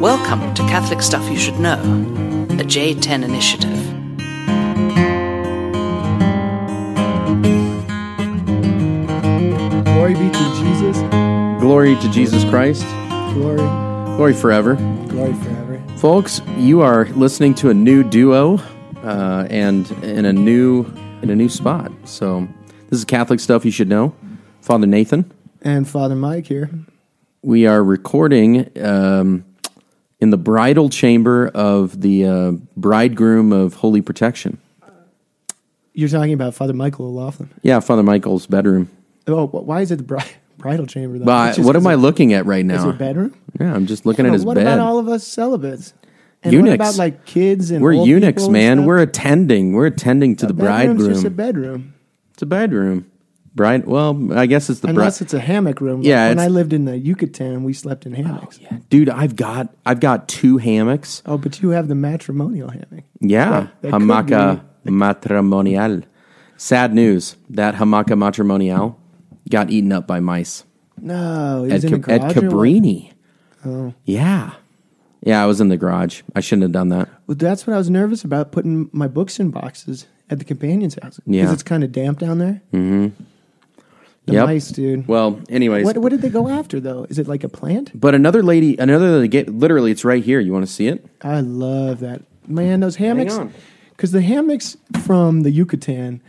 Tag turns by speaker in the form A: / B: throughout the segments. A: Welcome to Catholic Stuff You Should Know, a J10 initiative.
B: Glory be to Jesus.
C: Glory to Jesus Christ.
B: Glory,
C: Glory forever.
B: glory forever.
C: Folks, you are listening to a new duo uh, and in a new in a new spot. So this is Catholic stuff you should know. Father Nathan,
B: And Father Mike here.
C: we are recording um, in the bridal chamber of the uh, bridegroom of Holy Protection.
B: You're talking about Father Michael O'Laughlin.
C: Yeah, Father Michael's bedroom.
B: Oh, wh- why is it the bri- bridal chamber? Though?
C: But
B: It's just
C: what
B: 'cause
C: am I
B: it-
C: looking at right
B: Is
C: now?
B: it bedroom?
C: Yeah, I'm just looking
B: Oh,
C: at his
B: what
C: bed.
B: about all of us celibates? And
C: Eunuchs.
B: What about like kids and
C: We're
B: old
C: eunuchs,
B: people and
C: man.
B: stuff?
C: We're attending. We're attending to the
B: Bedroom's
C: bridegroom.
B: Just a bedroom,
C: It's a bedroom. Bride. Well, I guess it's the bride.
B: unless it's a hammock room. Like,
C: Yeah,
B: When
C: it's-
B: I lived in the Yucatan, we slept in hammocks. Oh,
C: Dude, I've got I've got two hammocks.
B: but you have the matrimonial hammock.
C: Yeah,
B: Oh, That- that could
C: hamaca matrimonial. Sad news. That hamaca matrimonial got eaten up by mice
B: No, it
C: at
B: was in
C: Ca-
B: the
C: at
B: garage or what?
C: Cabrini. Oh. Yeah. Yeah, I was in the garage. I shouldn't have done that.
B: Well, that's what I was nervous about putting my books in boxes at the companion's house because
C: Yeah.
B: it's kind of damp down there. Mm-hmm. The
C: Yep.
B: mice, dude.
C: Well, anyways,
B: what what did they go after though? Is it like a plant?
C: but another lady, another lady, get- literally it's right here. You want to see it?
B: I love that man. Those hammocks,
C: on.
B: because the hammocks from the Yucatan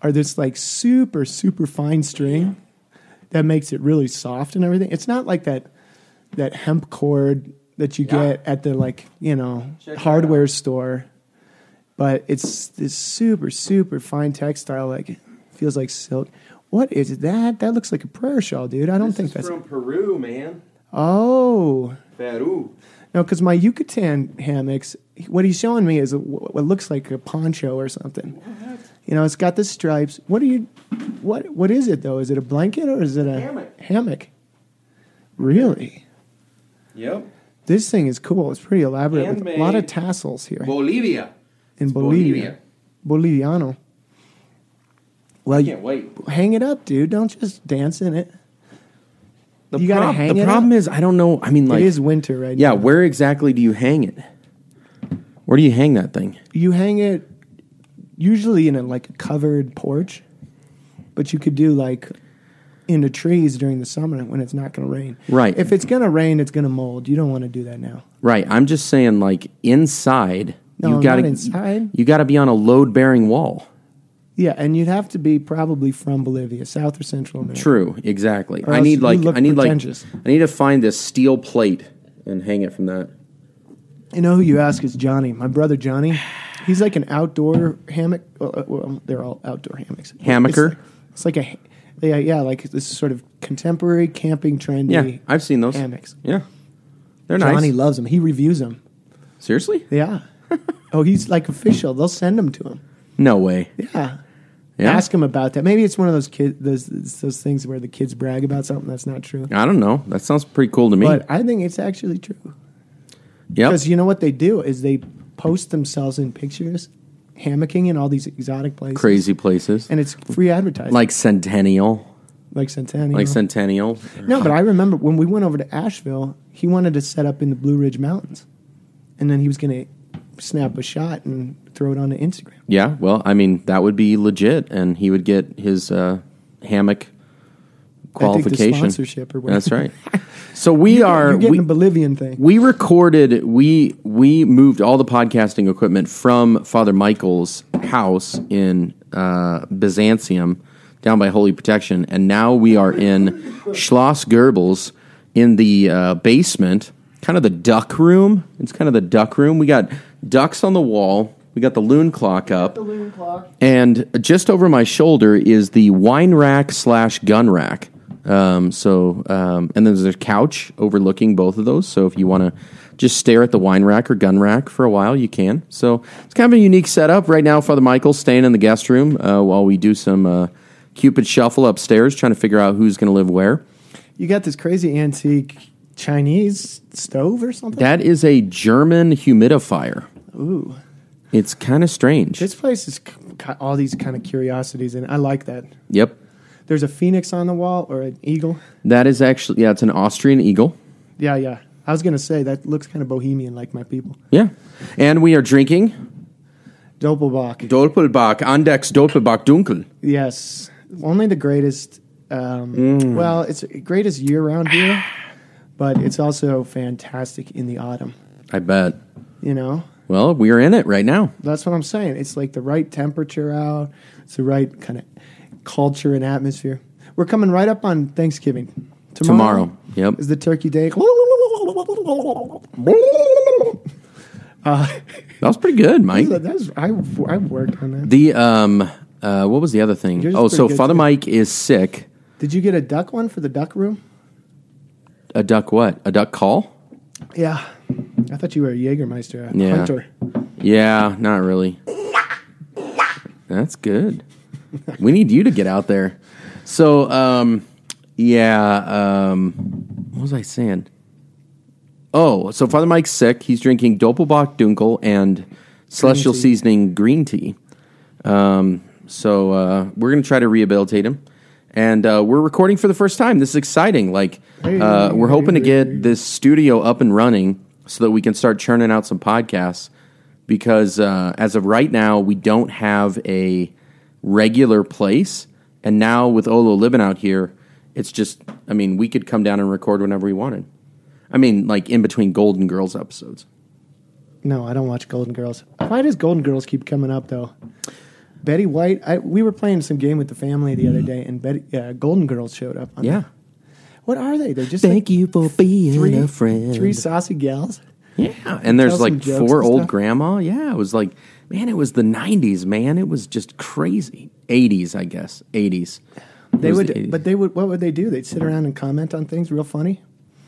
B: are this like super super fine string that makes it really soft and everything. It's not like that that hemp cord that you
C: Yeah.
B: get at the like you know
C: Check it
B: hardware store, but it's this super super fine textile. Like feels like silk. What is that? That looks like a prayer shawl, dude. I don't think that's.
C: Peru, man.
B: oh.
C: Peru.
B: No, because my Yucatan hammocks, what he's showing me is a, what looks like a poncho or something. You know, it's got the stripes. What do you, what what is it though? Is it a blanket or is it a
C: Hammock.
B: Hammock. Really,
C: Yep.
B: this thing is cool. It's pretty elaborate. with a lot of
C: Handmade.
B: tassels here
C: Bolivia.
B: in Bolivia. Boliviano. Well, you,
C: wait.
B: hang it up, dude. Don't just dance in it.
C: The,
B: You gotta
C: prob-
B: hang
C: the
B: it
C: problem
B: up.
C: is I don't know. I mean, like,
B: it is winter right
C: yeah,
B: now.
C: where exactly do you hang it? Where do you hang that thing?
B: you hang it usually in a like a covered porch, but you could do like in the trees during the summer when it's not going to rain.
C: Right.
B: If it's going to rain, it's going to mold. You don't want to do that now.
C: Right. I'm just saying, like, inside.
B: No,
C: you
B: I'm
C: gotta
B: not inside.
C: You got to be on a load bearing wall.
B: Yeah, and you'd have to be probably from Bolivia, South or Central America.
C: True. Exactly.
B: Or
C: I
B: else
C: need
B: you
C: like
B: look
C: I need like
B: pretentious.
C: I need to find this steel plate and hang it from that.
B: You know who you ask is Johnny, my brother Johnny. He's like an outdoor hammock. Well, uh, well they're all outdoor hammocks.
C: Hammocker?
B: It's like, it's like a, ha- yeah, yeah, like this sort of contemporary camping
C: Yeah,
B: trendy.
C: I've seen those
B: hammocks.
C: Yeah, they're
B: Johnny
C: nice.
B: loves them. He reviews them.
C: Seriously?
B: Yeah. oh, he's like official. They'll send them to him.
C: No way.
B: Yeah.
C: Yeah?
B: Ask him about that. Maybe it's one of those kid those those things where the kids brag about something that's not true.
C: I don't know. That sounds pretty cool to me.
B: But I think it's actually true
C: yep.
B: because you know what they do is they post themselves in pictures, hammocking in all these exotic places,
C: Crazy places
B: and it's free advertising,
C: like Centennial.
B: like Centennial.
C: like Centennial.
B: no, but I remember when we went over to Asheville, he wanted to set up in the Blue Ridge Mountains, and then he was going to snap a shot and throw it onto Instagram.
C: Yeah, well, I mean that would be legit, and he would get his uh, hammock qualification
B: sponsorship or whatever.
C: That's right. So we are
B: You're getting
C: we,
B: a Bolivian thing.
C: we recorded we we moved all the podcasting equipment from Father Michael's house in uh, Byzantium down by Holy Protection, and now we are in Schloss Goebbels in the uh, basement, kind of the duck room. It's kind of the duck room. We got ducks on the wall. We got the loon clock up. And just over my shoulder is the wine rack slash gun rack. Um, so, um, and then there's a couch overlooking both of those. So if you want to just stare at the wine rack or gun rack for a while, you can. So it's kind of a unique setup right now. Father Michael's staying in the guest room uh, while we do some uh, Cupid shuffle upstairs, trying to figure out who's going to live where.
B: You got this crazy antique Chinese stove or something?
C: That is a German humidifier.
B: Ooh.
C: It's kind of strange.
B: This place is c- got all these kind of curiosities, and I like that.
C: yep,
B: There's a phoenix on the wall or an eagle.
C: that is actually yeah, it's an Austrian eagle.
B: Yeah, yeah. I was going to say that looks kind of bohemian, like my people.
C: Yeah. And we are drinking
B: Doppelbock.
C: Doppelbach, Andex Doppelbach Dunkel.
B: yes, only the greatest. Um, Well, it's greatest year-round beer, but it's also fantastic in the autumn.
C: I bet.
B: You know,
C: Well, we are in it right now.
B: That's what I'm saying. It's like the right temperature out. It's the right kind of culture and atmosphere. We're coming right up on Thanksgiving. Tomorrow.
C: Tomorrow. Yep.
B: Is the turkey day.
C: That was pretty good, Mike.
B: So that's, I, I worked on that.
C: The um uh what was the other thing?
B: Yours is
C: Oh, so
B: pretty good,
C: Father
B: too.
C: Mike is sick.
B: Did you get a duck one for the duck room?
C: A duck what? A duck call?
B: Yeah. I thought you were a Jägermeister, a
C: Yeah.
B: hunter.
C: Yeah, not really. That's good. We need you to get out there. So, um, yeah, um, what was I saying? Oh, so Father Mike's sick. He's drinking Doppelbock Dunkel and Celestial
B: tea.
C: Seasoning green tea. Um, so uh, we're going to try to rehabilitate him. And uh, we're recording for the first time. This is exciting. Like, uh, we're hoping to get this studio up and running so that we can start churning out some podcasts. Because uh, as of right now, we don't have a regular place. And now with Olo living out here, it's just, I mean, we could come down and record whenever we wanted. I mean, like in between Golden Girls episodes.
B: No, I don't watch Golden Girls. Why does Golden Girls keep coming up though? Betty White. I, we were playing some game with the family the other day, and Betty, uh, Golden Girls showed up. on
C: Mm. Yeah.
B: What are they? They're just like
C: Thank you for being
B: three,
C: a friend.
B: three saucy gals.
C: yeah. And
B: Tell
C: there's
B: some
C: like
B: jokes
C: four
B: and
C: old
B: stuff.
C: grandma. Yeah. It was like, man, it was the 90s, man. It was just crazy. 80s, I guess. 80s. It
B: They
C: was
B: would,
C: the 80s.
B: but they would. What would they do? They'd sit around and comment on things, real funny.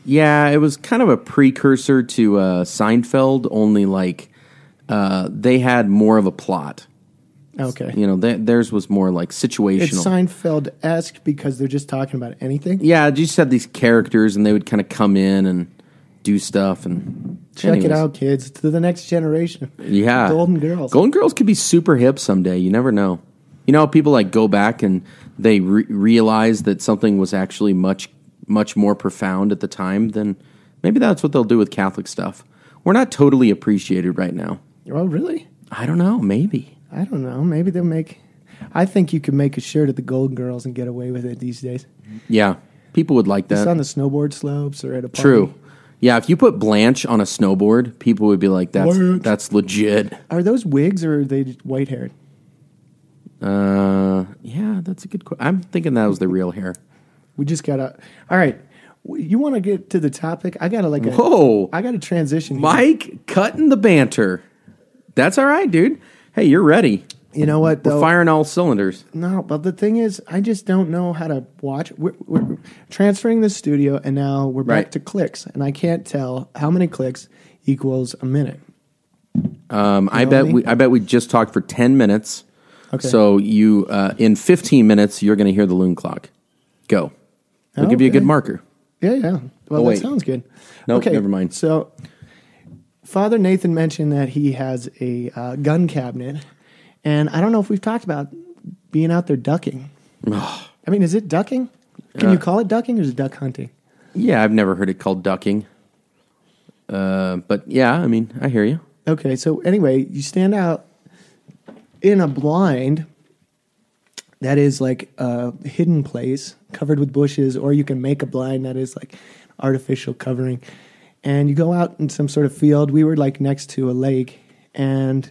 C: Yeah, it was kind of a precursor to uh, Seinfeld, only like uh, they had more of a plot.
B: Okay,
C: You know, th- theirs was more like situational.
B: it's Seinfeld esque because they're just talking about anything.
C: yeah, you just had these characters, and they would kind of come in and do stuff. And
B: Check
C: anyways.
B: it out, kids, to the next generation.
C: Yeah,
B: Golden Girls.
C: Golden Girls could be super hip someday. You never know. You know, how people like go back and they re- realize that something was actually much much more profound at the time. Then maybe that's what they'll do with Catholic stuff. We're not totally appreciated right now.
B: oh, really?
C: I don't know. Maybe.
B: I don't know. Maybe they'll make. I think you could make a shirt at the Golden Girls and get away with it these days.
C: Yeah, people would like
B: It's on
C: that.
B: the snowboard slopes or at a party.
C: True. Yeah, if you put Blanche on a snowboard, people would be like, "That's
B: Blanche.
C: that's legit."
B: Are those wigs or are they white haired?
C: Uh, yeah, that's a good. Qu- I'm thinking that was the real hair.
B: We just gotta. All right, W- you want to get to the topic? I gotta like. A,
C: Whoa.
B: I gotta transition. here.
C: Mike cutting the banter. That's all right, dude. Hey, you're ready.
B: You know what?
C: We're
B: Though?
C: firing all cylinders.
B: No, but the thing is, I just don't know how to watch. We're, we're transferring the studio, and now we're back
C: Right.
B: to clicks, and I can't tell how many clicks equals a minute.
C: Um, I
B: know
C: bet
B: me?
C: we. I bet we just talked for ten minutes.
B: Okay.
C: So you, uh, in fifteen minutes, you're going to hear the loon clock. Go. We'll give you a good
B: Okay.
C: marker.
B: Yeah, yeah. Well,
C: Oh,
B: that
C: wait.
B: sounds good.
C: Nope, never mind.
B: So, Father Nathan mentioned that he has a uh, gun cabinet, and I don't know if we've talked about being out there ducking. I mean, is it ducking? Can
C: Uh.
B: you call it ducking or is it duck hunting?
C: Yeah, I've never heard it called ducking. Uh, but yeah, I mean, I hear you.
B: Okay, so anyway, you stand out in a blind that is like a hidden place covered with bushes, or you can make a blind that is like artificial covering. And you go out in some sort of field. We were like next to a lake, and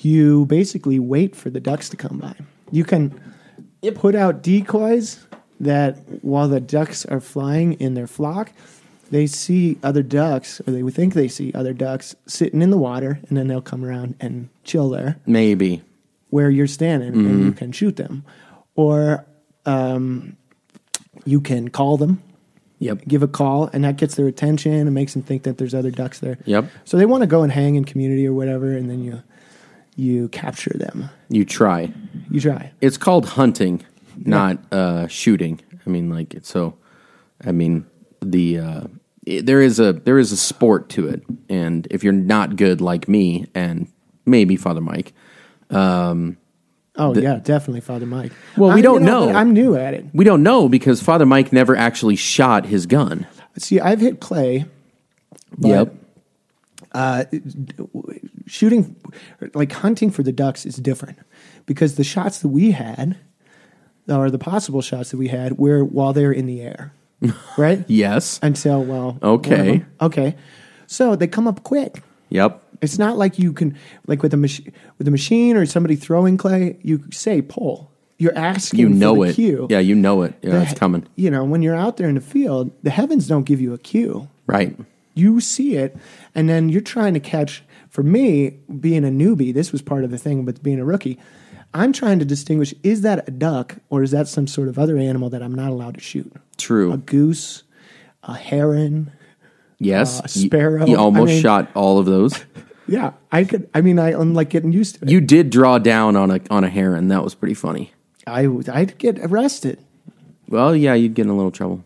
B: you basically wait for the ducks to come by. You can put out decoys that while the ducks are flying in their flock, they see other ducks, or they would think they see other ducks sitting in the water, and then they'll come around and chill there
C: Maybe.
B: where you're standing and
C: Mm-hmm.
B: you can shoot them. Or um, you can call them,
C: Yep.
B: give a call, and that gets their attention and makes them think that there's other ducks there.
C: Yep.
B: So they want to go and hang in community or whatever, and then you you capture them.
C: You try.
B: You try.
C: It's called hunting, not uh, shooting. I mean, like it's so. I mean, the uh, it, there is a there is a sport to it, and if you're not good like me and maybe Father Mike,
B: Oh yeah, definitely, Father Mike.
C: Well, we
B: I- you
C: don't know.
B: I'm new at it.
C: we don't know because Father Mike never actually shot his gun.
B: See, I've hit clay But,
C: yep.
B: shooting like hunting for the ducks is different because the shots that we had or the possible shots that we had were while they're in the air right
C: Yes.
B: until well one of
C: Okay.
B: them- okay so they come up quick
C: Yep.
B: it's not like you can like with a machine with a machine or somebody throwing clay you say pull you're asking
C: You
B: for
C: know
B: the
C: it.
B: cue
C: Yeah, you know it. Yeah,
B: The-
C: it's coming.
B: you know when you're out there in the field the heavens don't give you a cue
C: Right.
B: you see it and then you're trying to catch for me being a newbie this was part of the thing with being a rookie i'm trying to distinguish is that a duck or is that some sort of other animal that i'm not allowed to shoot a
C: True.
B: goose a heron
C: Yes.
B: uh,
C: You-
B: sparrow,
C: You,
B: I
C: almost
B: mean-
C: shot all of those.
B: yeah i could i mean I, i'm like getting used to it
C: You did draw down on a on a heron. That was pretty funny.
B: i would i'd get arrested
C: Well, yeah, you'd get in a little trouble.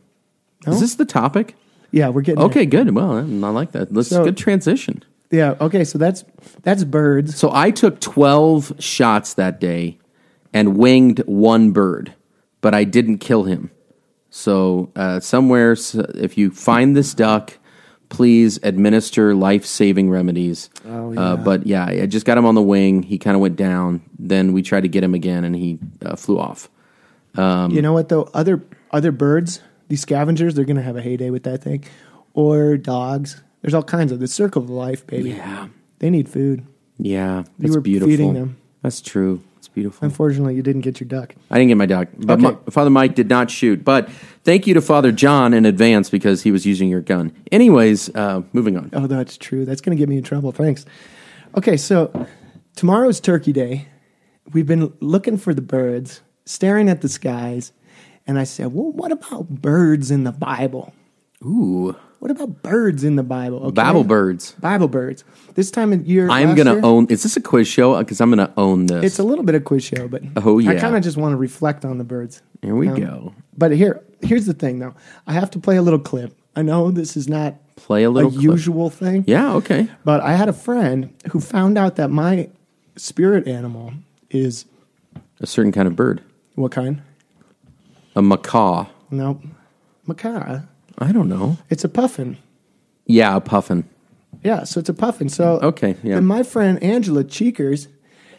C: Is this the topic?
B: yeah we're getting there.
C: Okay, good. Well, I I like that. Let's
B: So-
C: good transition.
B: yeah okay so that's that's birds
C: So I took 12 shots that day and winged one bird, but I didn't kill him. So, uh, somewhere, s- if you find this duck, please administer life saving remedies. Oh, yeah. Uh, but yeah, I just got him on the wing. He kind of went down. Then we tried to get him again and he uh, flew off. Um,
B: you know what though other other birds these scavengers they're gonna have a heyday with that thing or dogs there's all kinds of the circle of life baby
C: Yeah.
B: they need food
C: Yeah. That's
B: were
C: beautiful.
B: feeding them.
C: That's true. It's beautiful.
B: unfortunately you didn't get your duck
C: I didn't get my duck. But
B: Okay.
C: Mi- Father Mike did not shoot. But thank you to Father John in advance because he was using your gun. Anyways, uh, moving on.
B: oh that's true that's gonna get me in trouble thanks okay so tomorrow's turkey day we've been looking for the birds staring at the skies and i said well what about birds in the bible
C: Ooh,
B: what about birds in the bible okay?
C: Bible birds.
B: bible birds this time of year
C: I'm
B: last
C: gonna
B: year-
C: own. Is this a quiz show? Because I'm gonna own this.
B: It's a little bit of quiz show, but
C: Oh, yeah.
B: I kind of just want to reflect on the birds.
C: Here we
B: you know?
C: go.
B: But here, here's the thing, though. I have to play a little clip. I know this is not
C: Play a little clip.
B: usual thing,
C: yeah. Okay.
B: but I had a friend who found out that my spirit animal is
C: A certain kind of bird.
B: what kind?
C: A macaw.
B: No, macaw.
C: I don't know.
B: It's a puffin.
C: Yeah, a puffin.
B: Yeah, so it's a puffin. So
C: Okay, yeah.
B: And my friend Angela Cheekers,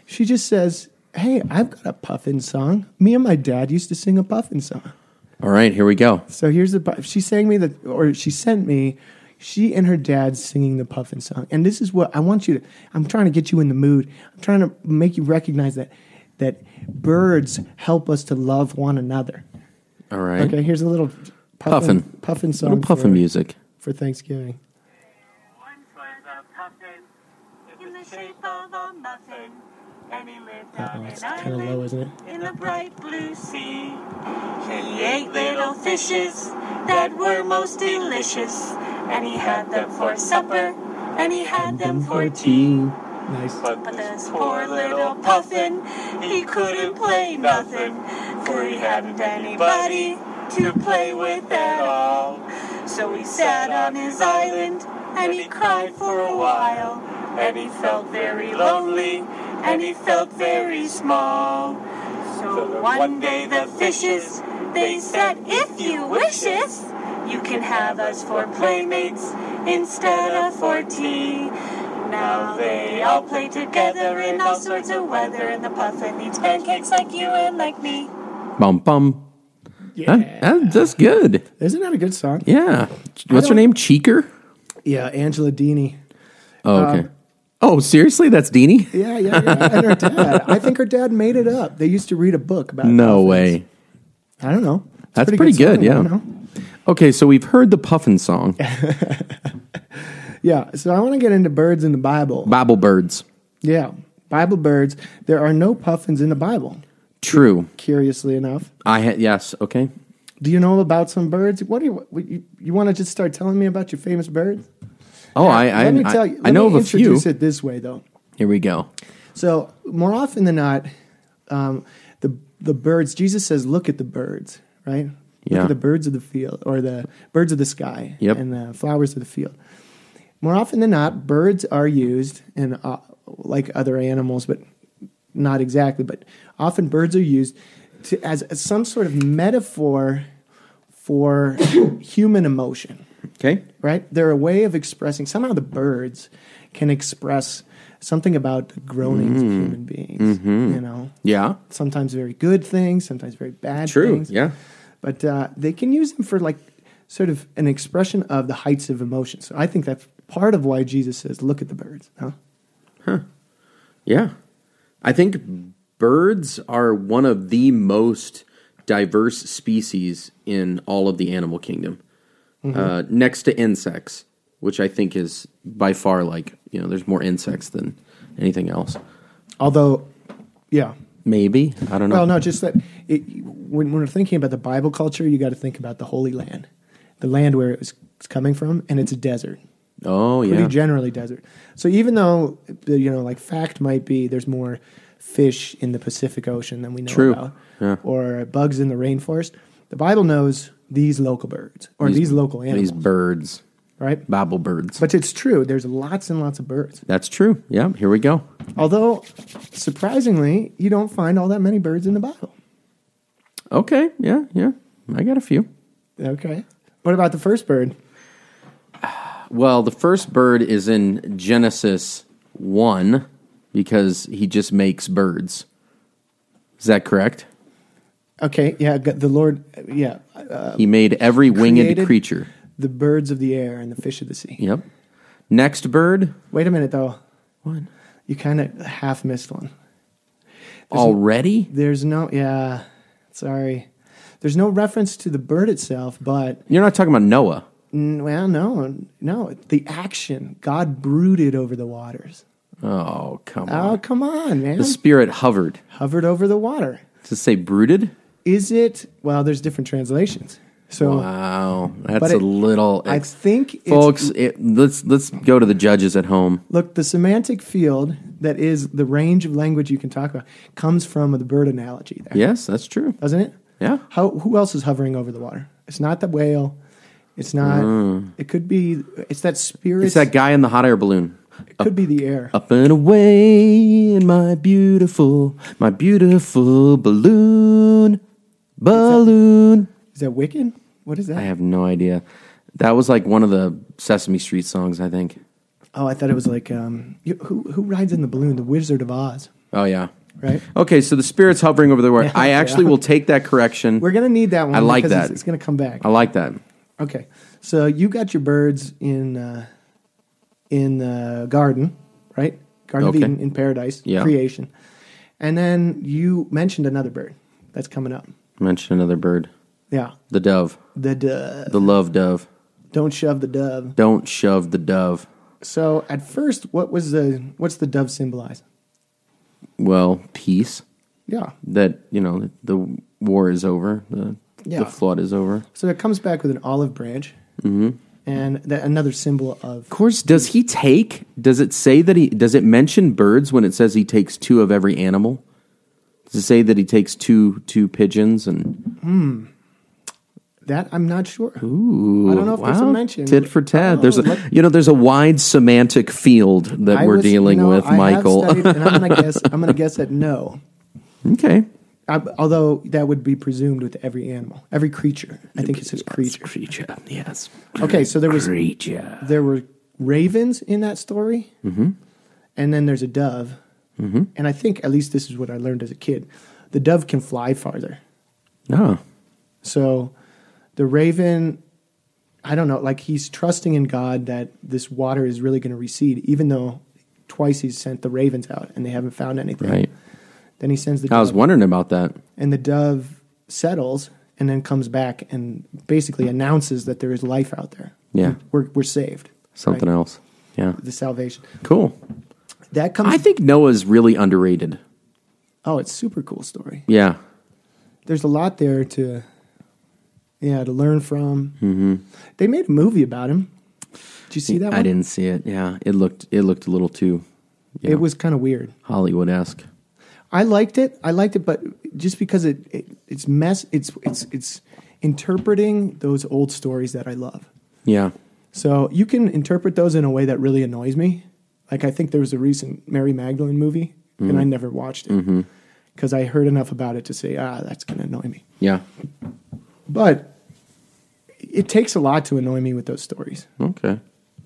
B: she just says, "Hey, I've got a puffin song. Me and my dad used to sing a puffin song."
C: All right, here we go.
B: So here's the pu- she sang me the or she sent me she and her dad singing the puffin song. And this is what I want you to I'm trying to get you in the mood. I'm trying to make you recognize that that birds help us to love one another.
C: All right.
B: Okay, here's a little puffin
C: Puffin.
B: puffin, song
C: Little puffin
B: for,
C: music.
B: for Thanksgiving.
D: Once was a puffin in the shape of a muffin, and he lived on
B: Oh, it's
D: an
B: kinda low, isn't
D: island
B: it?
D: in the bright blue sea. And he ate little fishes that were most delicious, and he had them for supper, and he had them for tea.
B: Nice.
D: But this poor little puffin, he couldn't play nothing, for he hadn't anybody to play with at all. So he sat on his island and he cried for a while, and he felt very lonely and he felt very small. So one day the fishes, they said, if you wish us, you can have us for playmates instead of for tea. Now they all play together in all sorts of weather, and the puffin eats pancakes like you and like me.
C: Bum bum.
B: Yeah.
C: That- that- that's good.
B: Isn't that a good song?
C: Yeah. What's her
B: don't-
C: name? Cheeker.
B: Yeah, Angela Dini.
C: Oh, okay. oh, seriously? That's Deanie.
B: Yeah, yeah, yeah. And her dad. I think her dad made it up. They used to read a book about
C: No
B: puffins.
C: way.
B: I don't know. It's
C: That's
B: a
C: pretty
B: song,
C: good,
B: I don't
C: yeah.
B: know.
C: Okay, so we've heard the puffin song,
B: Yeah, so I want to get into birds in the Bible.
C: Bible birds.
B: Yeah, Bible birds. There are no puffins in the Bible,
C: True.
B: curiously enough.
C: I ha- yes. Okay.
B: Do you know about some birds? What do you what- you, you want to just start telling me about your famous birds?
C: Oh, I I,
B: let me
C: I-
B: tell you.
C: I
B: let
C: know
B: me
C: of a few.
B: introduce it this way though.
C: Here we go.
B: So more often than not, um, the the birds. Jesus says, "Look at the birds," right? Look
C: Yeah.
B: at the birds of the field, or the birds of the sky,
C: Yep.
B: and the flowers of the field. More often than not, birds are used, and uh, like other animals, but not exactly. But often, birds are used to, as, as some sort of metaphor for human emotion.
C: Okay.
B: right? They're a way of expressing. Somehow the birds can express something about the groanings
C: Mm-hmm.
B: of human beings. You know,
C: Yeah.
B: sometimes very good things, sometimes very bad
C: True.
B: things.
C: Yeah.
B: but uh, they can use them for like sort of an expression of the heights of emotion. So I think that's part of why Jesus says, "Look at the birds." Huh?
C: Yeah. I think birds are one of the most diverse species in all of the animal kingdom, uh, next to insects, which I think is by far like, you know, there's more insects than anything else.
B: Although, yeah.
C: Maybe. I don't know.
B: Well, no, just that it, when, when we're thinking about the Bible culture, you got to think about the Holy Land, the land where it was coming from, and it's a desert.
C: Oh,
B: pretty
C: yeah.
B: generally desert. So even though uh, you know, like fact might be there's more fish in the Pacific Ocean than we know
C: True.
B: about,
C: Yeah.
B: or bugs in the rainforest, the Bible knows these local birds or these, local animals,
C: These birds,
B: right?
C: babble birds.
B: But it's true. There's lots and lots of birds.
C: That's true. Yeah. Here we go.
B: Although, surprisingly, you don't find all that many birds in the Bible.
C: Okay. Yeah. Yeah. I got a few.
B: Okay. What about the first bird?
C: Well, the first bird is in Genesis 1 because he just makes birds. Is that correct?
B: Okay, yeah, g- the Lord, yeah,
C: he made every winged
B: created-
C: creature.
B: the birds of the air and the fish of the sea.
C: Yep. Next bird
B: Wait a minute, though,
C: What?
B: you kind of half missed one.
C: already?
B: There's no, yeah, sorry. There's no reference to the bird itself, but
C: You're not talking about Noah.
B: mm, well, no, no, the action. God brooded over the waters.
C: Oh, come
B: Oh,
C: on.
B: come on, man!
C: The spirit hovered.
B: Hovered over the water.
C: Does it say brooded?
B: Is it? Well, there's different translations. So
C: Wow. That's
B: But
C: a
B: it-
C: little
B: I
C: ex-
B: think it's-
C: folks, it, let's let's go to the judges at home.
B: look, the semantic field that is the range of language you can talk about comes from the bird analogy, there,
C: Yes, that's true.
B: doesn't it?
C: Yeah.
B: How? Who else is hovering over the water? It's not the whale. It's not. It could be. It's that spirit.
C: Mm. It's that guy in the hot air balloon.
B: It could be the air.
C: Up and away in my beautiful, my beautiful balloon, balloon.
B: Is that Wicked? What is that?
C: I have no idea. That was like one of the Sesame Street songs, I think.
B: oh, I thought it was like um, you- who who rides in the balloon? The Wizard of Oz,
C: Oh yeah.
B: right?
C: Okay, so the spirit's hovering over the word. I actually
B: yeah.
C: will take that correction.
B: We're gonna need that one.
C: I like
B: because
C: that.
B: It's, it's gonna come back.
C: I like that.
B: Okay, so you got your birds in uh, in the garden, right? Garden of
C: Okay.
B: Eden in paradise,
C: Yeah.
B: creation, and then you mentioned another bird that's coming up.
C: Mention another bird.
B: Yeah,
C: The dove.
B: the dove.
C: The love dove.
B: Don't shove the dove.
C: Don't shove the dove.
B: So at first, what was the what's the dove symbolize?
C: Well, peace.
B: Yeah.
C: That you know, the war is over. The
B: Yeah.
C: the flood is over. Of
B: So it comes back with an olive branch,
C: Mm-hmm.
B: and that another symbol of
C: course, does he take does it say that he does it mention birds when it says he takes two of every animal? Does it say that he takes two two pigeons and
B: that. I'm not sure.
C: Ooh,
B: I don't know if there's a
C: wow,
B: mention.
C: Tit for tat.
B: Oh,
C: there's a
B: let-
C: you know there's a wide semantic field that
B: I
C: we're
B: was-
C: dealing
B: you know,
C: with,
B: I have
C: Michael.
B: studied, and I'm gonna guess. I'm gonna guess that no.
C: okay,
B: I, although that would be presumed with every animal, every creature. I think it says creature.
C: creature. Yes,
B: Okay, so there was
C: creature.
B: there were ravens in that story,
C: Mm-hmm.
B: and then there's a dove, and I think at least this is what I learned as a kid: the dove can fly farther.
C: Oh,
B: So the raven, I don't know, like he's trusting in God that this water is really going to recede, even though twice he's sent the ravens out and they haven't found anything.
C: right.
B: Then he sends the
C: I was
B: dove,
C: wondering about that.
B: and the dove settles and then comes back and basically announces that there is life out there.
C: Yeah.
B: We're, we're saved.
C: Something
B: right?
C: else. Yeah,
B: The salvation.
C: cool.
B: That comes.
C: I think Noah's really underrated.
B: oh, it's super cool story.
C: Yeah,
B: There's a lot there to, yeah, to learn from. Mm-hmm. They made a movie about him. Did you see that one?
C: I didn't see it. Yeah, it looked it looked a little too
B: It was kind of weird.
C: Hollywood esque.
B: I liked it. I liked it, but just because it, it it's mess. It's it's it's interpreting those old stories that I love.
C: Yeah,
B: So you can interpret those in a way that really annoys me. Like I think there was a recent Mary Magdalene movie, and I never watched it because I heard enough about it to say, ah, that's going to annoy me.
C: yeah.
B: But it takes a lot to annoy me with those stories
C: Okay.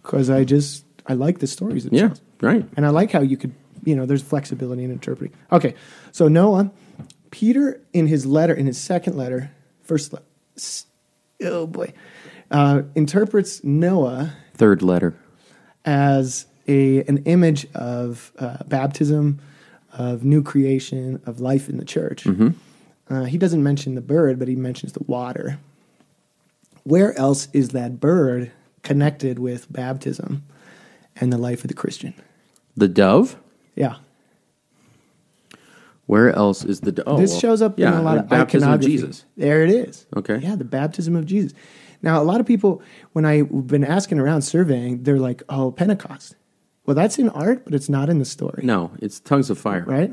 B: because I just I like the stories.
C: Yeah.
B: Themselves.
C: Right.
B: and I like how you could you know there's flexibility in interpreting. Okay, so Noah, Peter in his letter in his second letter, first letter, oh boy, uh, interprets Noah
C: Third letter.
B: as a an image of uh, baptism, of new creation, of life in the church. Uh, he doesn't mention the bird, but he mentions the water. Where else is that bird connected with baptism and the life of the Christian?
C: The dove.
B: Yeah.
C: Where else is the dove? Oh,
B: this
C: well,
B: shows up in a lot
C: like
B: of
C: baptism of
B: iconography.
C: Jesus.
B: There it is.
C: Okay.
B: Yeah, the baptism of Jesus. Now, a lot of people, when I've been asking around surveying, they're like, "Oh, Pentecost." Well, that's in art, but it's not in the story,
C: No, it's tongues of fire.
B: right?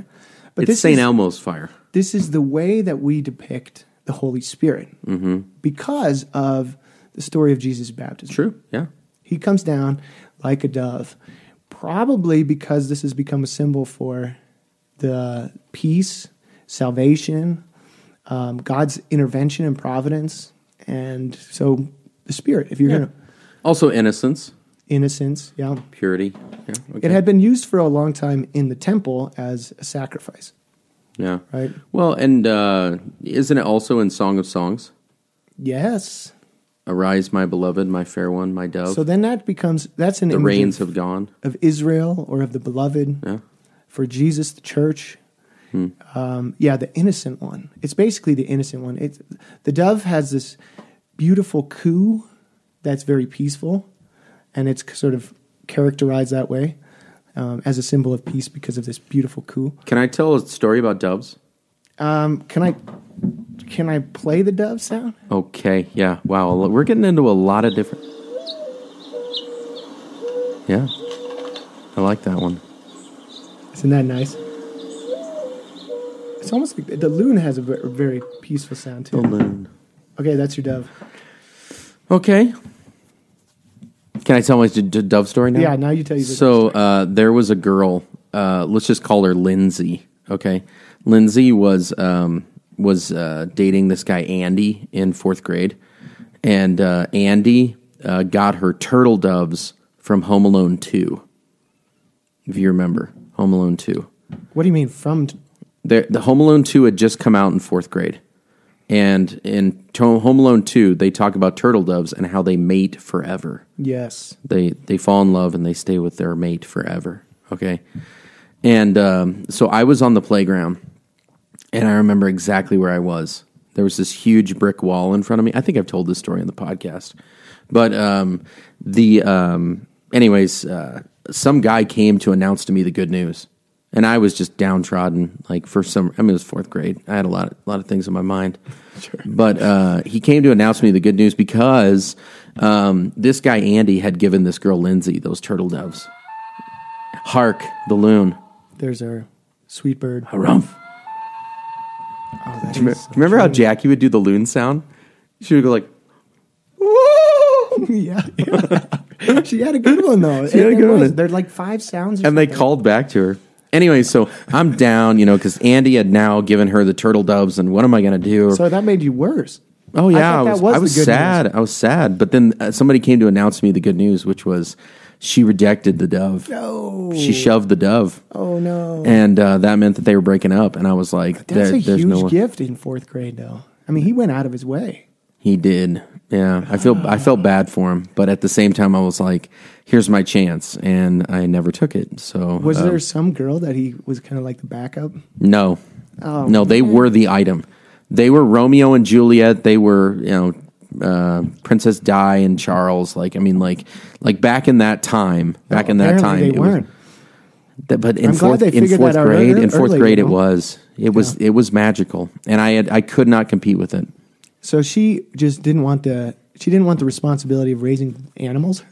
B: But
C: it's St.
B: is,
C: Elmo's fire.
B: This is the way that we depict the Holy Spirit
C: Mm-hmm.
B: because of the story of Jesus' baptism.
C: True. Yeah.
B: He comes down like a dove, probably because this has become a symbol for the peace, salvation, um, God's intervention and providence, and so the Spirit. If you're gonna
C: Also innocence,
B: innocence, yeah.
C: purity. Yeah. Okay.
B: It had been used for a long time in the temple as a sacrifice,
C: yeah.
B: right?
C: Well, and uh, isn't it also in Song of Songs?
B: Yes.
C: Arise, my beloved, my fair one, my dove.
B: So then that becomes that's an
C: the
B: image
C: rains
B: of,
C: have gone.
B: of Israel or of the beloved.
C: Yeah.
B: for Jesus, the church. Um, yeah, the innocent one. It's basically the innocent one. It's, the dove has this beautiful coo that's very peaceful, and it's sort of characterized that way um, as a symbol of peace because of this beautiful coo.
C: Can I tell a story about doves?
B: Um, can I can I play the dove sound?
C: Okay. Yeah. Wow. a lo- We're getting into a lot of different. Yeah. I like that one.
B: Isn't that nice? It's almost like the loon has a ve- very peaceful sound too.
C: Balloon.
B: Okay, that's your dove.
C: Okay. Can I tell my d- d- dove story now?
B: Yeah, now you tell you. The
C: So uh, there was a girl. Uh, let's just call her Lindsay. Okay, Lindsay was um, was uh, dating this guy Andy in fourth grade, and uh, Andy uh, got her turtle doves from Home Alone Two. If you remember Home Alone Two,
B: what do you mean from? T-
C: the, the Home Alone 2 had just come out in fourth grade. And in to- Home Alone 2, they talk about turtle doves and how they mate forever.
B: yes.
C: They, they fall in love and they stay with their mate forever. Okay. And um, so I was on the playground and I remember exactly where I was. There was this huge brick wall in front of me. I think I've told this story on the podcast, but um, the um, anyways, uh, some guy came to announce to me the good news, and I was just downtrodden. Like for some, I mean, it was fourth grade. I had a lot, a lot of things in my mind. But uh, he came to announce me the good news because um, this guy Andy had given this girl Lindsay those turtle doves. Hark the loon,
B: There's our sweet bird.
C: harumph.
B: Oh, that
C: Rem-
B: is so
C: Remember how Jackie would do the loon sound? She would go like,
B: cute. yeah, yeah. she had a good one though.
C: She had a
B: It
C: good
B: was.
C: one.
B: There's like five sounds, or
C: and they
B: something.
C: called back to her. Anyway, so I'm down, you know, because Andy had now given her the turtle doves, and what am I going to do?
B: So that made you worse.
C: oh yeah, I,
B: thought that
C: was,
B: was
C: I
B: the
C: was
B: good
C: sad. I was sad. But then uh, somebody came to announce me the good news, which was she rejected the dove.
B: No.
C: She shoved the dove,
B: Oh no,
C: and uh, that meant that they were breaking up. And I was
B: that's
C: like, there-
B: a
C: "There's
B: huge
C: no way.
B: gift in fourth grade though. I mean, he went out of his way.
C: He did. Yeah. I feel I felt bad for him, but at the same time I was like, here's my chance and I never took it. So
B: Was
C: uh,
B: there some girl that he was kind of like the backup?
C: no.
B: Oh,
C: no, they were the item. They were Romeo and Juliet, they were, you know, uh, Princess Di and Charles, like I mean, like, like back in that time, back in that
B: Apparently
C: time,
B: they
C: it was-
B: weren't.
C: Th- but
B: I'm
C: in
B: glad
C: fourth,
B: they
C: in
B: figured
C: fourth
B: that out
C: grade,
B: early-
C: in fourth
B: early,
C: grade,
B: you
C: it
B: know?
C: was, it was, it was magical, and I had, I could not compete with it.
B: So she just didn't want the she didn't want the responsibility of raising animals.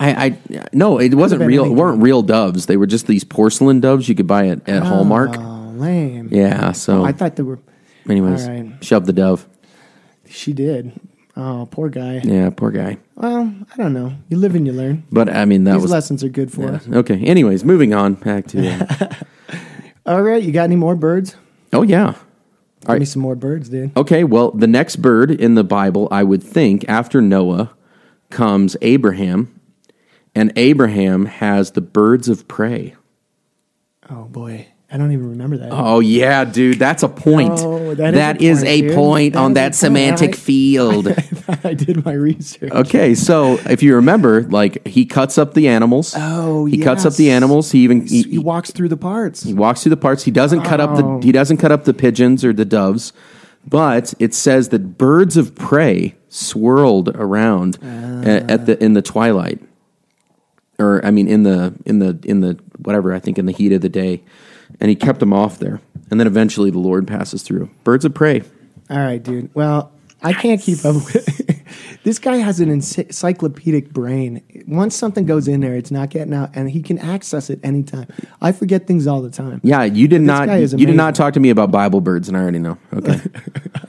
C: I, I no, it wasn't
B: been
C: real. It
B: anything.
C: weren't real doves. They were just these porcelain doves you could buy at, at Hallmark.
B: Oh, lame.
C: Yeah. So,
B: Oh, I thought they were.
C: anyways,
B: all right.
C: shove the dove.
B: She did. Oh, poor guy.
C: Yeah, poor guy.
B: Well, I don't know. You live and you learn.
C: But I mean, that
B: These
C: was
B: lessons are good for
C: yeah.
B: us.
C: okay. Anyways, moving on back to uh,
B: All right, you got any more birds?
C: oh yeah,
B: Give me some more birds, dude.
C: Okay, well, the next bird in the Bible, I would think, after Noah comes Abraham, and Abraham has the birds of prey.
B: Oh boy, I don't even remember that.
C: Oh yeah, dude, that's a point.
B: No, Oh, that is
C: that
B: a
C: is
B: point,
C: a
B: dude.
C: point,
B: That is a
C: on that
B: point.
C: semantic
B: I-
C: field.
B: I did my research.
C: okay, so if you remember, like he cuts up the animals.
B: Oh,
C: he cuts up
B: yes.
C: the animals. He even
B: He,
C: he,
B: he walks through the parts.
C: he walks through the parts. He doesn't cut up the
B: Oh.
C: he doesn't cut up the pigeons or the doves, but it says that birds of prey swirled around a-
B: Ah.
C: at, the in the twilight, or I mean in the in the in the whatever I think in the heat of the day, and he kept them off there. And then eventually the Lord passes through. Birds of prey.
B: All right, dude. Well, I can't keep up with this guy has an ency- encyclopedic brain. Once something goes in there, it's not getting out, and he can access it anytime. I forget things all the time.
C: Yeah, you did not
B: guy is
C: you did
B: amazing.
C: not talk to me about Bible birds, and I already know. Okay,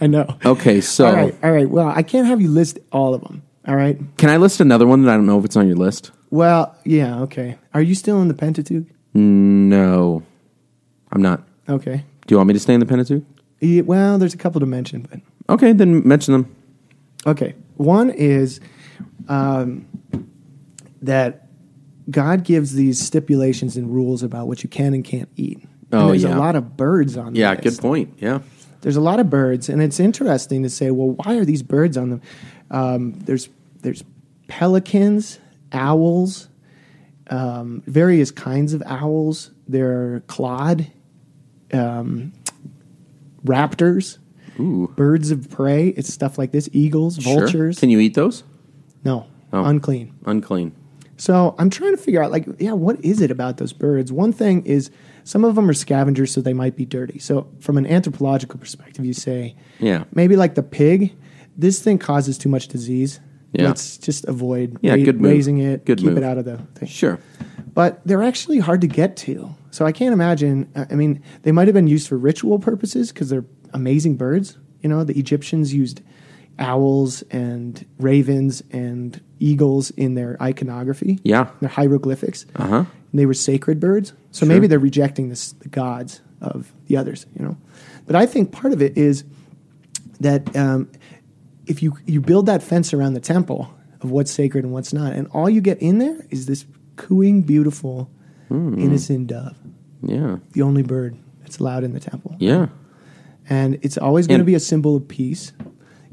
B: I know.
C: okay. Oh, So
B: All right, all right. Well, I can't have you list all of them. All right.
C: can I list another one that I don't know if it's on your list?
B: Well, yeah, okay. Are you still in the Pentateuch?
C: No, I'm not.
B: Okay.
C: Do you want me to stay in the Pentateuch?
B: Yeah, well, there's a couple to mention, but
C: Okay, then mention them.
B: Okay. One is um, that God gives these stipulations and rules about what you can and can't eat.
C: Oh,
B: and there's
C: yeah.
B: a lot of birds on the
C: Yeah,
B: list.
C: good point. Yeah.
B: There's a lot of birds, and it's interesting to say, well, why are these birds on them? Um, there's there's pelicans, owls, um, various kinds of owls. There are clod, um, raptors,
C: Ooh.
B: birds of prey. It's stuff like this: eagles, vultures.
C: Sure. Can you eat those?
B: No,
C: Oh.
B: unclean.
C: Unclean.
B: So I'm trying to figure out, like, yeah, what is it about those birds? One thing is some of them are scavengers, so they might be dirty. So from an anthropological perspective, you say,
C: Yeah.
B: maybe like the pig, this thing causes too much disease.
C: Yeah.
B: Let's just avoid
C: Yeah, good move.
B: raising it,
C: Good
B: keep
C: move.
B: it out of the thing.
C: Sure.
B: But they're actually hard to get to. So I can't imagine. I I mean, they might have been used for ritual purposes because they're amazing birds. You know, the Egyptians used owls and ravens and eagles in their iconography.
C: Yeah.
B: Their hieroglyphics.
C: Uh huh.
B: And they were sacred birds. So
C: Sure.
B: maybe they're rejecting this, the gods of the others, you know. But I think part of it is that um, if you, you build that fence around the temple of what's sacred and what's not, and all you get in there is this cooing, beautiful,
C: Hmm.
B: innocent dove,
C: Yeah.
B: the only bird that's allowed in the temple.
C: Yeah.
B: And it's always going to
C: And-
B: be a symbol of peace.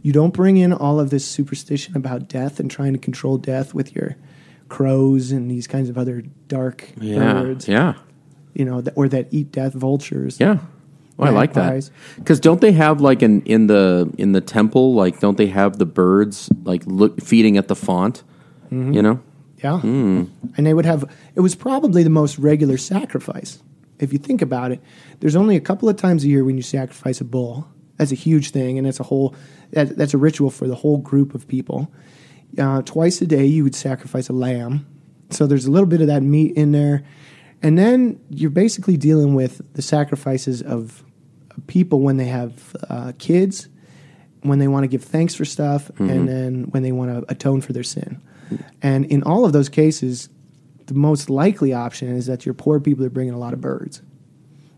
B: You don't bring in all of this superstition about death and trying to control death with your crows and these kinds of other dark
C: Yeah.
B: birds
C: Yeah.
B: you know, that, or that eat death vultures.
C: Yeah. Well, I like that
B: Magpies.
C: because don't they have like an in the in the temple like don't they have the birds like look feeding at the font,
B: Mm-hmm.
C: you know?
B: Yeah. And they would have, it was probably the most regular sacrifice. If you think about it, there's only a couple of times a year when you sacrifice a bull. That's a huge thing, and it's a whole, that, that's a ritual for the whole group of people. Uh, twice a day, you would sacrifice a lamb. So there's a little bit of that meat in there. And then you're basically dealing with the sacrifices of people when they have uh, kids, when they want to give thanks for stuff,
C: Mm-hmm.
B: and then when they want to atone for their sin. And in all of those cases, the most likely option is that your poor people are bringing a lot of birds.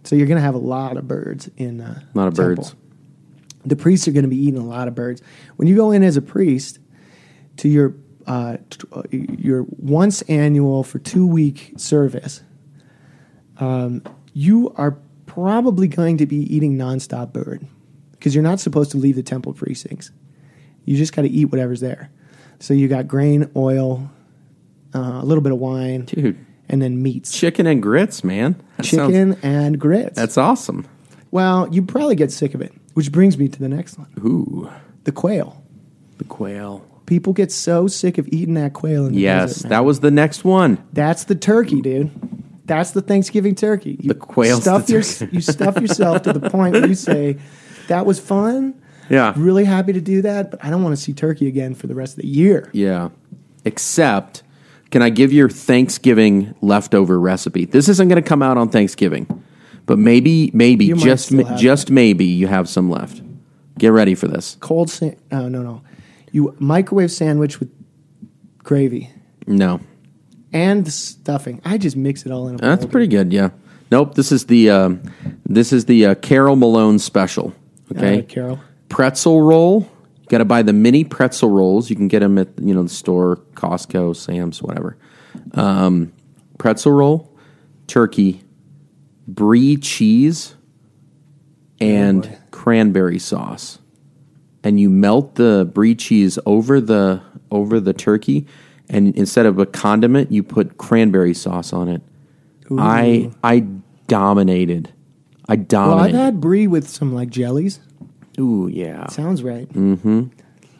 B: So you're going to have a lot of birds in uh,
C: A lot of
B: temple.
C: birds.
B: The priests are going to be eating a lot of birds. When you go in as a priest to your uh, t- uh, your once annual for two week service, you are probably going to be eating nonstop bird because you're not supposed to leave the temple precincts. You just got to eat whatever's there. So you got grain, oil, uh, a little bit of wine,
C: Dude,
B: and then meats,
C: chicken and grits, man. That sounds-
B: chicken and grits.
C: that's awesome.
B: well, you probably get sick of it, which brings me to the next one:
C: Ooh,
B: the quail.
C: the quail.
B: People get so sick of eating that quail in the
C: Yes,
B: desert, man.
C: that was the next one.
B: That's the turkey, dude. That's the Thanksgiving turkey. You
C: The quail's
B: stuff
C: the
B: your,
C: turkey.
B: you stuff yourself to the point where you say, "That was fun.
C: Yeah.
B: Really happy to do that, but I don't want to see turkey again for the rest of the year."
C: Yeah. Except, can I give your Thanksgiving leftover recipe? This isn't going to come out on Thanksgiving, but maybe, maybe
B: You might
C: just,
B: still
C: ma-
B: have
C: just maybe you have some left. Get ready for this.
B: Cold san- Oh no, no. You microwave sandwich with gravy
C: No,
B: and the stuffing. I just mix it all in. A bowl,
C: that's
B: dude.
C: pretty good. Yeah. Nope. This is the um, this is the uh, Carol uh, Malone special. Okay.
B: Uh, Carol.
C: pretzel roll. You got to buy the mini pretzel rolls. You can get them at you know the store, Costco, Sam's, whatever. Um, pretzel roll, turkey, brie cheese, and cranberry sauce. And you melt the brie cheese over the over the turkey, and instead of a condiment, you put cranberry sauce on it. I I dominated. I
B: Well, I've
C: dominated.
B: had brie with some like jellies.
C: Ooh yeah.
B: Sounds right.
C: So
B: Then you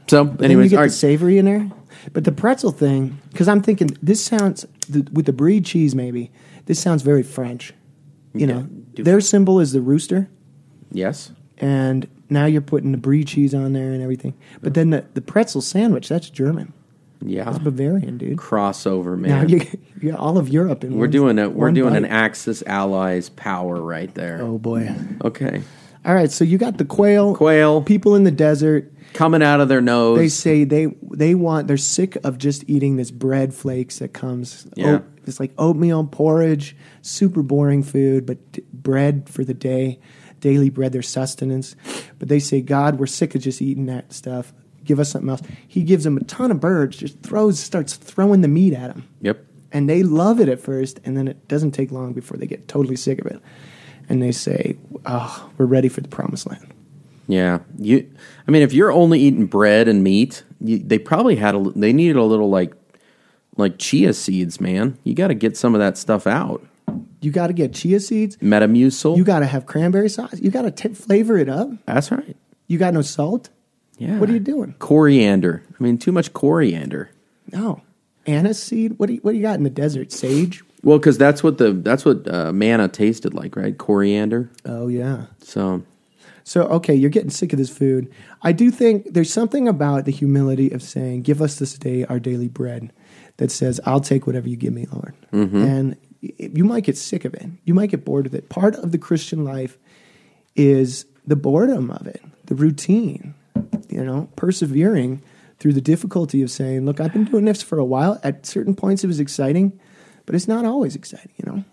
C: Mm. anyways,
B: get
C: all
B: the
C: right.
B: savory in there. But the pretzel thing, because I'm thinking this sounds th- with the brie cheese maybe. This sounds very French. You know,
C: do-
B: their symbol is the rooster,
C: Yes.
B: and now you're putting the brie cheese on there and everything. But then the, the pretzel sandwich, that's German,
C: Yeah.
B: Bavarian, dude.
C: Crossover,
B: Now
C: man.
B: you, you got all of Europe in
C: we're
B: one-
C: doing it. We're
B: one
C: doing an
B: bite.
C: Axis Allies power right there.
B: Oh boy!
C: Okay.
B: All right, so you got the quail.
C: Quail.
B: People in the desert.
C: Coming out of their nose.
B: They say they they want they're sick of just eating this bread flakes that comes.
C: Yeah.
B: oat- it's like oatmeal porridge, super boring food, but d- bread for the day, daily bread, their sustenance. But they say, God, we're sick of just eating that stuff. Give us something else. He gives them a ton of birds. Just throws starts throwing the meat at them,
C: yep.
B: and they love it at first, and then it doesn't take long before they get totally sick of it, and they say, Oh, we're ready for the promised land.
C: Yeah. You. I mean, if you're only eating bread and meat, you, they probably had a. li- They needed a little like, like chia seeds, man. You got to get some of that stuff out.
B: You got to get chia seeds.
C: Metamucil.
B: You got to have cranberry sauce. You got to t- flavor it up.
C: That's right.
B: You got no salt?
C: Yeah.
B: What are you doing?
C: Coriander. I mean, too much coriander.
B: No. Anise seed? What do you, what do you got in the desert? Sage?
C: Well, because that's what the that's what uh, manna tasted like, right? Coriander.
B: Oh, yeah.
C: So
B: So, okay, you're getting sick of this food. I do think there's something about the humility of saying, Give us this day our daily bread, that says, I'll take whatever you give me, Lord. And y- you might get sick of it. You might get bored with it. Part of the Christian life is the boredom of it, the routine, you know, persevering through the difficulty of saying, Look, I've been doing this for a while. At certain points, it was exciting, but it's not always exciting, you know?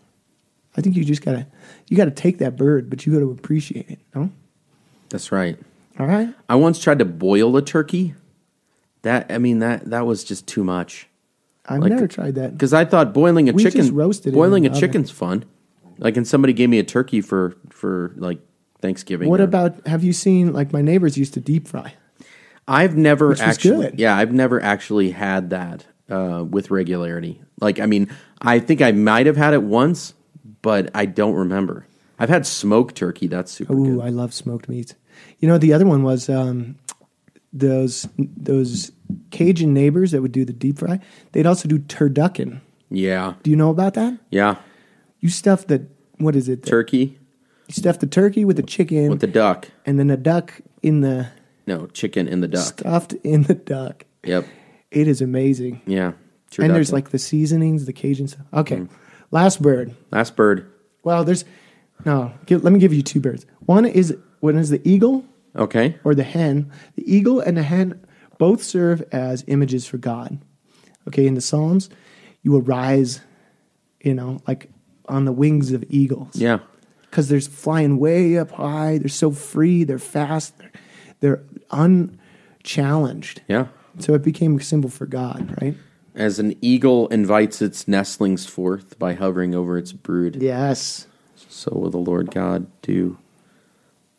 B: I think you just gotta you gotta take that bird, but you gotta appreciate it, no?
C: that's right.
B: All right.
C: I once tried to boil a turkey. That I mean that that was just too much
B: I've
C: Like-
B: never tried that.
C: because I thought boiling a
B: We
C: chicken
B: just roasted it
C: boiling
B: in
C: a
B: the
C: chicken's fun. Like and somebody gave me a turkey for for like Thanksgiving.
B: What
C: or-
B: about have you seen like my neighbors used to deep fry?
C: I've never
B: was
C: actually
B: good.
C: yeah I've never actually had that uh, with regularity. Like I mean I think I might have had it once, but I don't remember. I've had smoked turkey. That's super
B: Ooh,
C: good.
B: I love smoked meats. You know, the other one was um, those those Cajun neighbors that would do the deep fry. They'd also do turducken.
C: yeah,
B: Do you know about that?
C: yeah.
B: You stuff the what is it?
C: Turkey
B: you stuff the turkey with the chicken
C: with the duck.
B: and then the duck in the
C: No chicken in the duck.
B: stuffed in the duck.
C: Yep.
B: It is amazing.
C: Yeah. Sure
B: And there's
C: duck.
B: like the seasonings, the Cajun stuff. Okay.
C: Mm.
B: Last bird.
C: last bird.
B: Well, there's no. Give, let me give you two birds. One is one is the eagle
C: Okay.
B: or the hen. The eagle and the hen both serve as images for God. Okay, in the Psalms, you arise, you know, like on the wings of eagles.
C: Yeah.
B: because they're flying way up high. They're so free. They're fast. They're, they're unchallenged.
C: Yeah.
B: So it became a symbol for God, right?
C: As an eagle invites its nestlings forth by hovering over its brood,
B: Yes.
C: so will the Lord God do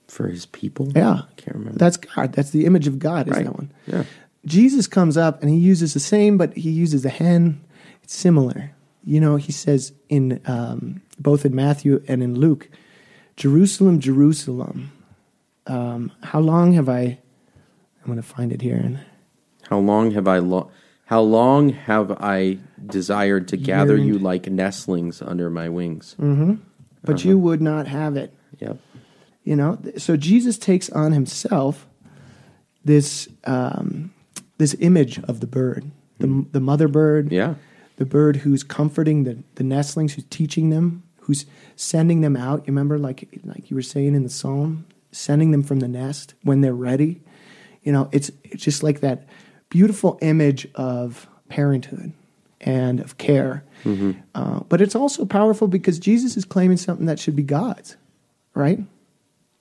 C: for his people.
B: Yeah.
C: I can't remember.
B: That's God. That's the image of God, is
C: Right.
B: that one?
C: Yeah.
B: Jesus comes up and he uses the same, but he uses a hen. It's similar. You know, he says in um, both in Matthew and in Luke, Jerusalem, Jerusalem, um, how long have I? I'm going to find it here. And
C: How long have I lo- how long have I desired to gather you like nestlings under my wings?
B: Mm. but
C: Uh-huh.
B: you would not have it.
C: Yep.
B: You know, Th- so Jesus takes on himself this um, this image of the bird, the the mother bird.
C: Yeah.
B: the bird who's comforting the, the nestlings, who's teaching them, who's sending them out. You remember, like like you were saying in the psalm, sending them from the nest when they're ready. You know, it's it's just like that beautiful image of parenthood and of care. Uh, but it's also powerful because Jesus is claiming something that should be God's, right?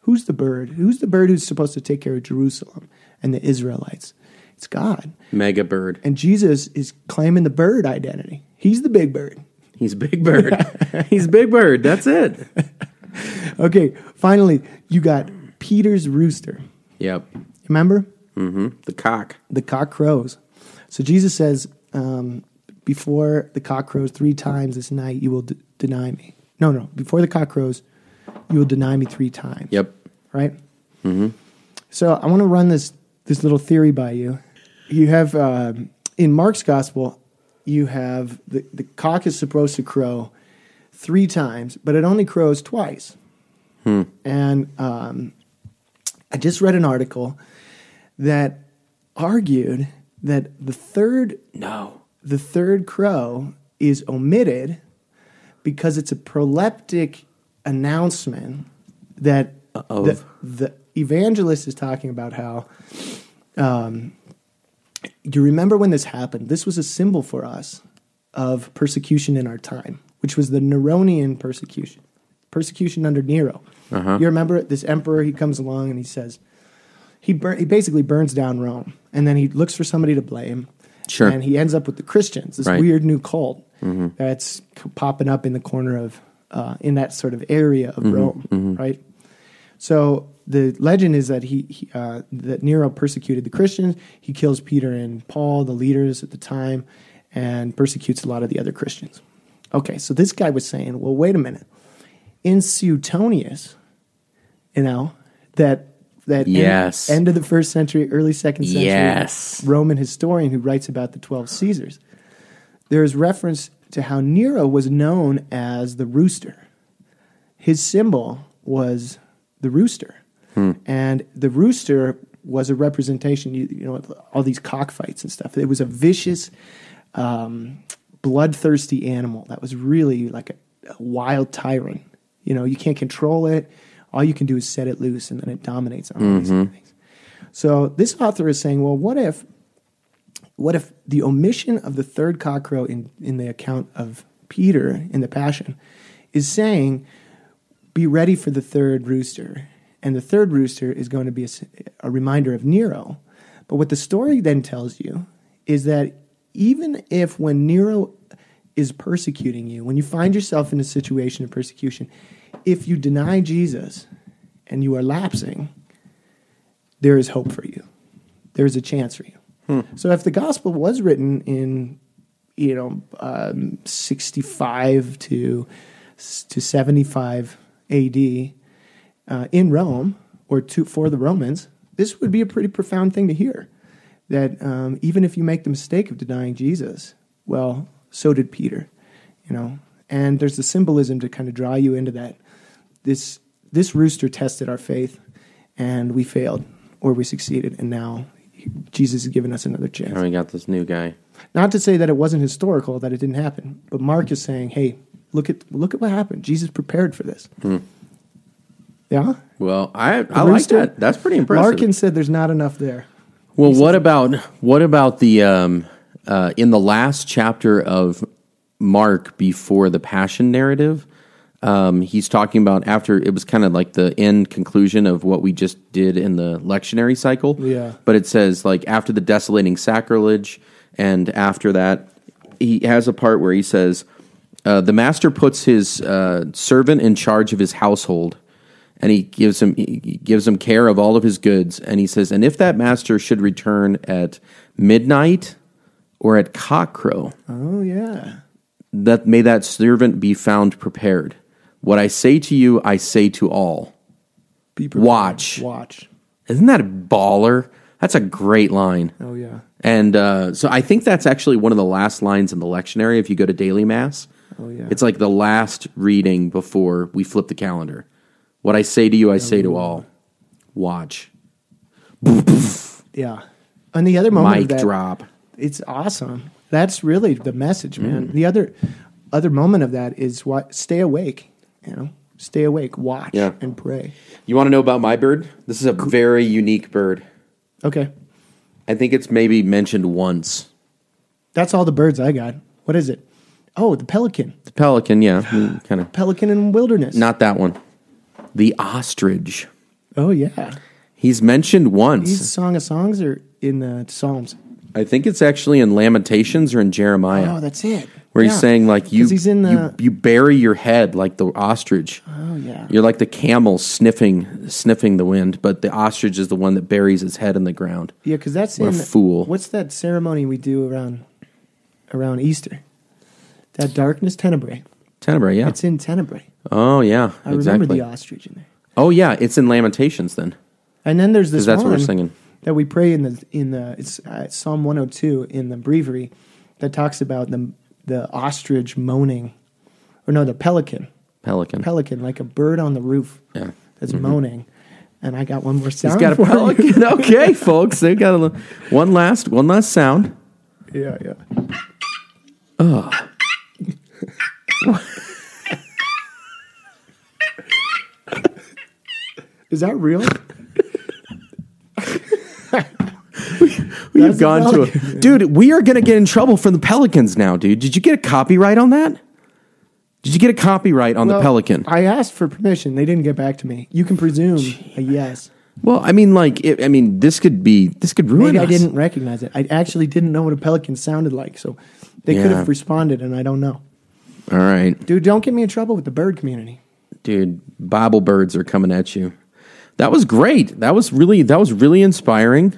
B: Who's the bird? Who's the bird who's supposed to take care of Jerusalem and the Israelites? It's God.
C: Mega bird.
B: And Jesus is claiming the bird identity. He's the big bird.
C: He's Big Bird. He's Big Bird. That's it.
B: Okay, finally, you got Peter's rooster.
C: Yep. Mm-hmm.
B: Remember?
C: The cock.
B: the cock crows. So Jesus says, um, before the cock crows three times this night, you will d- deny me. No, no, before the cock crows, you will deny me three times.
C: Yep.
B: Right? Mm-hmm. So I want to run this, this little theory by you. You have, um in Mark's gospel, you have the, the cock is supposed to crow three times, but it only crows twice. And um, I just read an article that argued that the third
C: No.
B: the third crow is omitted because it's a proleptic announcement that
C: Of.
B: the, the evangelist is talking about how um, you remember when this happened this was a symbol for us of persecution in our time which was the neronian persecution persecution under nero
C: Uh-huh.
B: you remember it? this emperor he comes along and he says he, bur- he basically burns down rome and then he looks for somebody to blame
C: Sure.
B: and he ends up with the christians this
C: Right. Mm-hmm.
B: weird new cult that's c- popping up in the corner of uh, in that sort of area
C: Mm-hmm.
B: of rome right so the legend is that he, he uh, that Nero persecuted the Christians. He kills Peter and Paul, the leaders at the time, and persecutes a lot of the other Christians. Okay, so this guy was saying, well, wait a minute, in Suetonius, you know that that end-
C: Yes.
B: end, of the first century, early second century
C: Yes.
B: Roman historian who writes about the twelve Caesars, there is reference to how Nero was known as the rooster his symbol was the rooster, and the rooster was a representation. You, you know, of all these cockfights and stuff. It was a vicious, um, bloodthirsty animal that was really like a, a wild tyrant. You know, you can't control it. All you can do is set it loose, and then it dominates on all these things. So this author is saying, well, what if, what if the omission of the third cockcrow in in the account of Peter in the Passion is saying be ready for the third rooster. And the third rooster is going to be a, s- a reminder of Nero. But what the story then tells you is that even if when Nero is persecuting you, when you find yourself in a situation of persecution, if you deny Jesus and you are lapsing, there is hope for you. There is a chance for you. So if the gospel was written in, you know, um, 65 to to 75 A.D. Uh, in Rome or to, for the Romans, this would be a pretty profound thing to hear. That um, even if you make the mistake of denying Jesus, well, so did Peter, you know. And there's the symbolism to kind of draw you into that. This this rooster tested our faith, and we failed or we succeeded, and now Jesus has given us another chance.
C: And we got this new guy.
B: Not to say that it wasn't historical, that it didn't happen, but Mark is saying, "Hey, look at look at what happened. Jesus prepared for this."
C: Hmm.
B: Yeah,
C: Well, I I like
B: Rooster?
C: that. That's pretty impressive.
B: Larkin said there's not enough there.
C: Well, what about what about the um, uh, in the last chapter of Mark before the Passion narrative? Um, he's talking about after it was kind of like the end conclusion of what we just did in the lectionary cycle.
B: Yeah.
C: but it says like after the desolating sacrilege, and after that, he has a part where he says uh, the master puts his uh, servant in charge of his household and he gives him he gives him care of all of his goods and he says and if that master should return at midnight or at cockcrow
B: Oh yeah,
C: that may that servant be found prepared what i say to you i say to all
B: Be prepared.
C: Watch.
B: watch.
C: isn't that a baller that's a great line
B: Oh yeah,
C: and uh, so i think that's actually one of the last lines in the lectionary if you go to daily mass
B: Oh, yeah.
C: it's like the last reading before we flip the calendar what i say to you i say to all watch
B: yeah. And the other moment, of
C: mic
B: that-
C: drop
B: It's awesome. That's really the message, man.
C: Mm-hmm.
B: The other other moment of that is what stay awake. You know, stay awake, watch,
C: Yeah.
B: and pray.
C: You want to know about my bird? This is a very unique bird.
B: Okay,
C: I think it's maybe mentioned once.
B: that's all the birds I got. What is it? Oh, the pelican,
C: The Hmm, pelican, yeah, kind of.
B: pelican in wilderness.
C: Not that one. The ostrich.
B: Oh yeah,
C: He's mentioned once.
B: these Song of Songs are in the Psalms.
C: I think it's actually in Lamentations or in Jeremiah,
B: Oh, that's it.
C: where
B: Yeah.
C: he's saying like you,
B: 'Cause he's in the.
C: you you bury your head like the ostrich.
B: oh yeah.
C: You're like the camel sniffing sniffing the wind, but the ostrich is the one that buries its head in the ground.
B: Yeah, because that's
C: What a
B: in
C: fool.
B: What's that ceremony we do around around Easter? That darkness tenebrae.
C: Tenebrae, yeah.
B: It's in tenebrae.
C: oh yeah,
B: I remember
C: exactly.
B: the ostrich in there.
C: oh yeah, it's in Lamentations then.
B: And then there's this
C: that's what we're
B: one
C: singing.
B: that we pray in the in the it's uh, Psalm 102 in the breviary that talks about the the ostrich moaning, or no, the pelican,
C: Pelican.
B: pelican like a bird on the roof
C: Yeah. Mm-hmm.
B: that's moaning. And I got one more sound.
C: He's got a
B: for you.
C: pelican. okay, folks, they got a little, one last one last sound.
B: Yeah, yeah. Is that real?
C: We've
B: a
C: gone to a,
B: pelican.
C: dude. We are gonna get in trouble from the pelicans now, dude. Did you get a copyright on that? Did you get a copyright on
B: Well,
C: the pelican?
B: I asked for permission. They didn't get back to me. You can presume a yes.
C: well, I mean, like, it, I mean, this could be this could ruin.
B: Maybe I
C: us.
B: didn't recognize it. I actually didn't know what a pelican sounded like, so they could
C: Yeah.
B: have responded, and I don't know.
C: All right.
B: Dude, don't get me in trouble with the bird community.
C: dude bible birds are coming at you that was great that was really that was really inspiring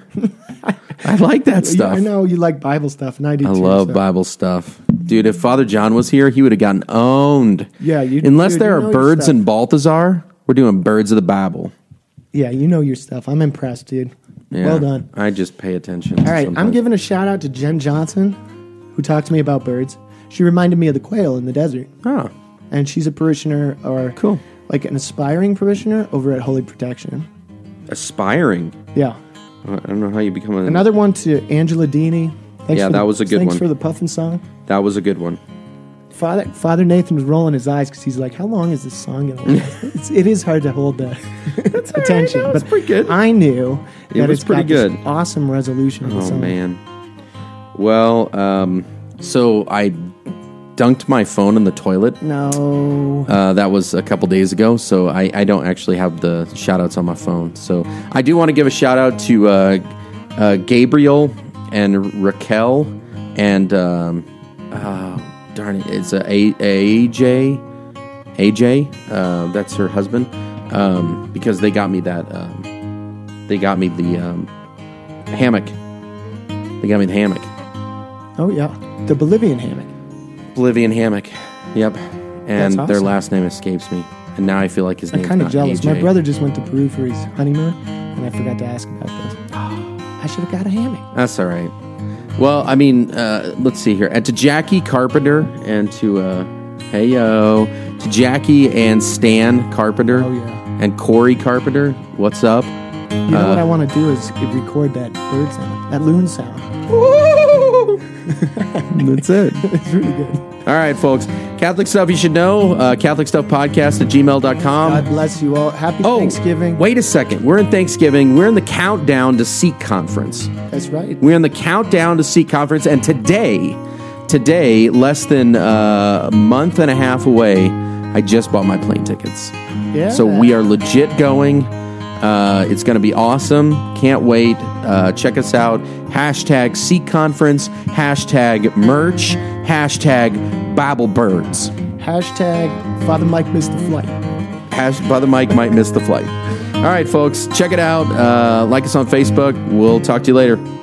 C: i like that
B: You-
C: stuff
B: I know you like Bible stuff, and I do
C: I
B: too.
C: love
B: so-
C: bible stuff dude if father john was here he would have gotten owned
B: Yeah, you-
C: unless
B: dude,
C: there
B: you
C: are
B: know your
C: birds
B: stuff.
C: in balthazar we're doing birds of the bible
B: Yeah, you know your stuff. I'm impressed, dude.
C: Yeah.
B: Well done.
C: i just pay attention
B: All right, I'm giving a shout out to Jen Johnson, who talked to me about birds. She reminded me of the quail in the desert,
C: oh
B: and she's a parishioner or
C: Cool.
B: like an aspiring parishioner over at Holy Protection.
C: aspiring
B: Yeah,
C: i don't know how you become an
B: another one to Angela Dini. Thanks
C: Yeah,
B: for the-
C: that was a good
B: thanks
C: one.
B: for the puffin song.
C: that was a good one Oh,
B: Father Father Nathan was rolling his eyes because he's like, "How long is this song gonna last?" it's, it is hard to hold the attention,
C: That was
B: but
C: pretty good.
B: I knew
C: It
B: that
C: was
B: it's
C: pretty
B: got this
C: good.
B: awesome resolution. of the
C: Oh
B: song.
C: man. Well, um, so I dunked my phone in the toilet.
B: No.
C: Uh, that was a couple days ago, so I, I don't actually have the shout outs on my phone. So I do want to give a shout out to uh, uh, Gabriel and Raquel and um, uh, darn it, it's a, a, AJ. AJ, uh, that's her husband, um, because they got me that. Um, they got me the um, hammock. They got me the hammock.
B: Oh yeah, the Bolivian hammock.
C: Bolivian hammock. Yep.
B: That's
C: And their
B: awesome.
C: last name escapes me. And now I feel like his
B: I'm
C: name's
B: kind of
C: not
B: jealous.
C: AJ.
B: My brother just went to Peru for his honeymoon, and I forgot to ask about this. I should have got a hammock.
C: That's all right. Well, I mean, uh, let's see here. And to Jackie Carpenter and to uh, hey yo, to Jackie and Stan Carpenter.
B: Oh, yeah.
C: And Corey Carpenter. What's up?
B: You know
C: Uh,
B: what I want to do is record that bird sound, that loon sound.
C: That's it.
B: It's really good.
C: all right, folks. Catholic stuff you should know. Uh, Catholic stuff podcast at gmail.com.
B: God bless you all. Happy
C: Oh,
B: Thanksgiving.
C: Wait a second. We're in Thanksgiving. We're in the countdown to Seek Conference.
B: That's right.
C: We're in the countdown to Seek Conference, and today, today, less than uh, a month and a half away, I just bought my plane tickets.
B: Yeah.
C: So we are legit going. Uh, it's going to be awesome. Can't wait. Uh, check us out. Hashtag Seek Conference. Hashtag merch. Hashtag Bible Birds.
B: Hashtag Father Mike missed the flight.
C: Hash, Brother Mike might miss the flight. All right, folks, check it out. Uh, like us on Facebook. We'll talk to you later.